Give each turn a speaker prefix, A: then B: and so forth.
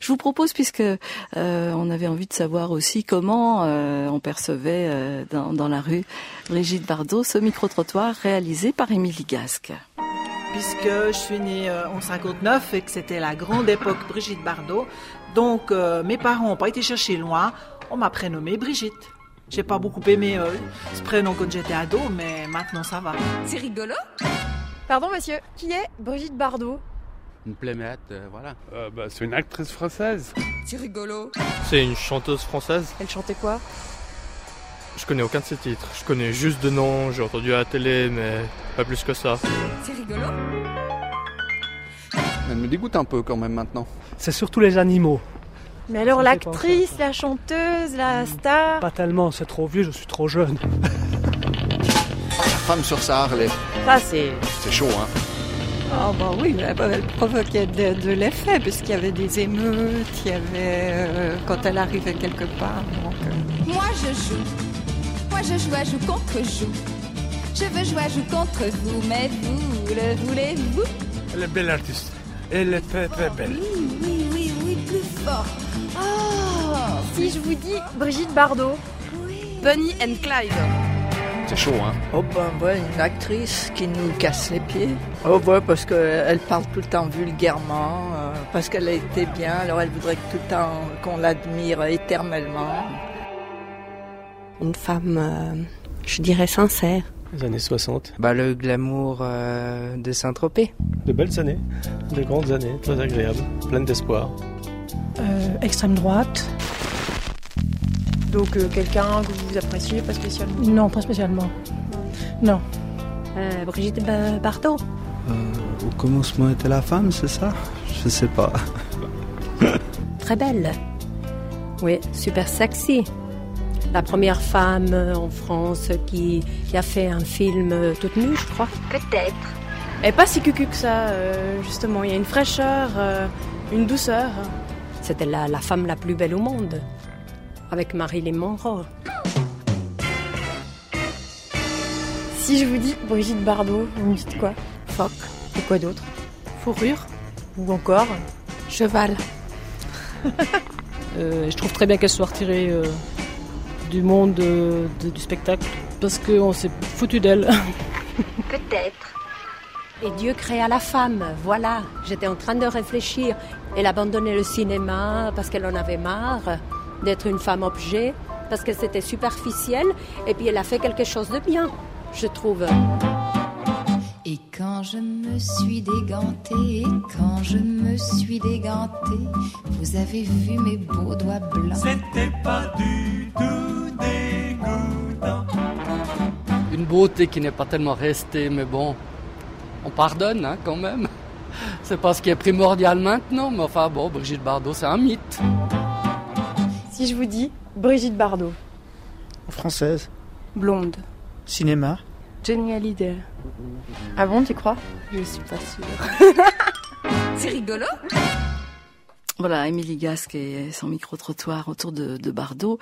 A: Je vous propose, puisque euh, on avait envie de savoir aussi comment euh, on percevait euh, dans, dans la rue Brigitte Bardot, ce micro-trottoir réalisé par Émilie Gasque.
B: Puisque je suis née euh, en 59 et que c'était la grande époque Brigitte Bardot, donc euh, mes parents n'ont pas été chercher loin, on m'a prénommée Brigitte. J'ai pas beaucoup aimé euh, ce prénom quand j'étais ado, mais maintenant ça va.
C: C'est rigolo
D: Pardon, monsieur, qui est Brigitte Bardot
E: Une plémate, euh, voilà.
F: Euh, bah, c'est une actrice française.
C: C'est rigolo
G: C'est une chanteuse française.
D: Elle chantait quoi
G: Je connais aucun de ses titres. Je connais juste de nom, j'ai entendu à la télé, mais pas plus que ça.
C: C'est rigolo
E: Elle me dégoûte un peu quand même maintenant.
H: C'est surtout les animaux.
D: Mais alors,
H: Je sais pas
D: l'actrice,
H: encore.
D: la chanteuse,
I: Hmm.
D: la star
H: Pas tellement, c'est trop vieux, je suis trop jeune.
E: La femme sur sa Harley,
D: Ça, c'est.
E: c'est chaud, hein.
J: Ah bah oui, elle, elle provoquait de, de l'effet puisqu'il y avait des émeutes, il y avait euh, quand elle arrivait quelque part. donc, euh,
C: Moi je joue. Moi je joue à joue contre joue. Je veux jouer à joue contre vous, mais vous le voulez-vous
F: Elle est belle artiste. Elle est très très belle.
C: Oui, oui, oui, oui, plus fort. Oh
D: Si je vous dis Brigitte Bardot,
K: Bunny and Clyde.
E: C'est chaud, hein.
J: oh ben ouais, une actrice qui nous casse les pieds. Oh ouais, parce qu'elle parle tout le temps vulgairement, euh, parce qu'elle a été bien, alors elle voudrait que tout le temps qu'on l'admire éternellement.
L: Une femme, euh, je dirais sincère.
M: les années 60.
L: Bah, le glamour euh, de Saint-Tropez.
M: De belles années, de grandes années, très agréables, pleines d'espoir.
I: Euh, extrême droite
D: donc euh, quelqu'un que vous appréciez pas spécialement
I: Non, pas spécialement. Non.
K: Euh, Brigitte Bardot.
M: au commencement était la femme, c'est ça Je sais pas.
K: Très belle. Oui, super sexy. La première femme euh, en France qui, qui a fait un film euh, toute nue, je crois.
C: Peut-être.
I: Elle est pas si cucu que ça, euh, justement. Il y a une fraîcheur, euh, une douceur.
K: C'était la, la femme la plus belle au monde. Avec Marilyn Monroe.
D: Si je vous dis Brigitte Bardot, vous me dites quoi
L: Phoque.
D: Et quoi d'autre
I: Fourrure. Ou encore.
L: Cheval.
I: Euh, je trouve très bien qu'elle soit retirée euh, du monde euh, du spectacle. Parce qu'on s'est foutu d'elle.
C: Peut-être.
K: Et Dieu créa la femme, voilà. J'étais en train de réfléchir. Elle abandonnait le cinéma parce qu'elle en avait marre d'être une femme objet, parce que c'était superficiel, et puis elle a fait quelque chose de bien, je trouve.
C: Et quand je me suis dégantée, et quand je me suis dégantée, vous avez vu mes beaux doigts blancs.
E: Une beauté qui n'est pas tellement restée, mais bon, on pardonne, hein, quand même. C'est pas ce qui est primordial maintenant, mais enfin bon, Brigitte Bardot, c'est un mythe.
D: Si je vous dis Brigitte Bardot,
M: Française,
I: Blonde.
M: cinéma.
I: Jenny Hallyday.
D: ah bon, tu crois
I: Je suis pas sûre.
C: C'est rigolo
A: Voilà, Émilie Gasque et son micro-trottoir autour de, de Bardot.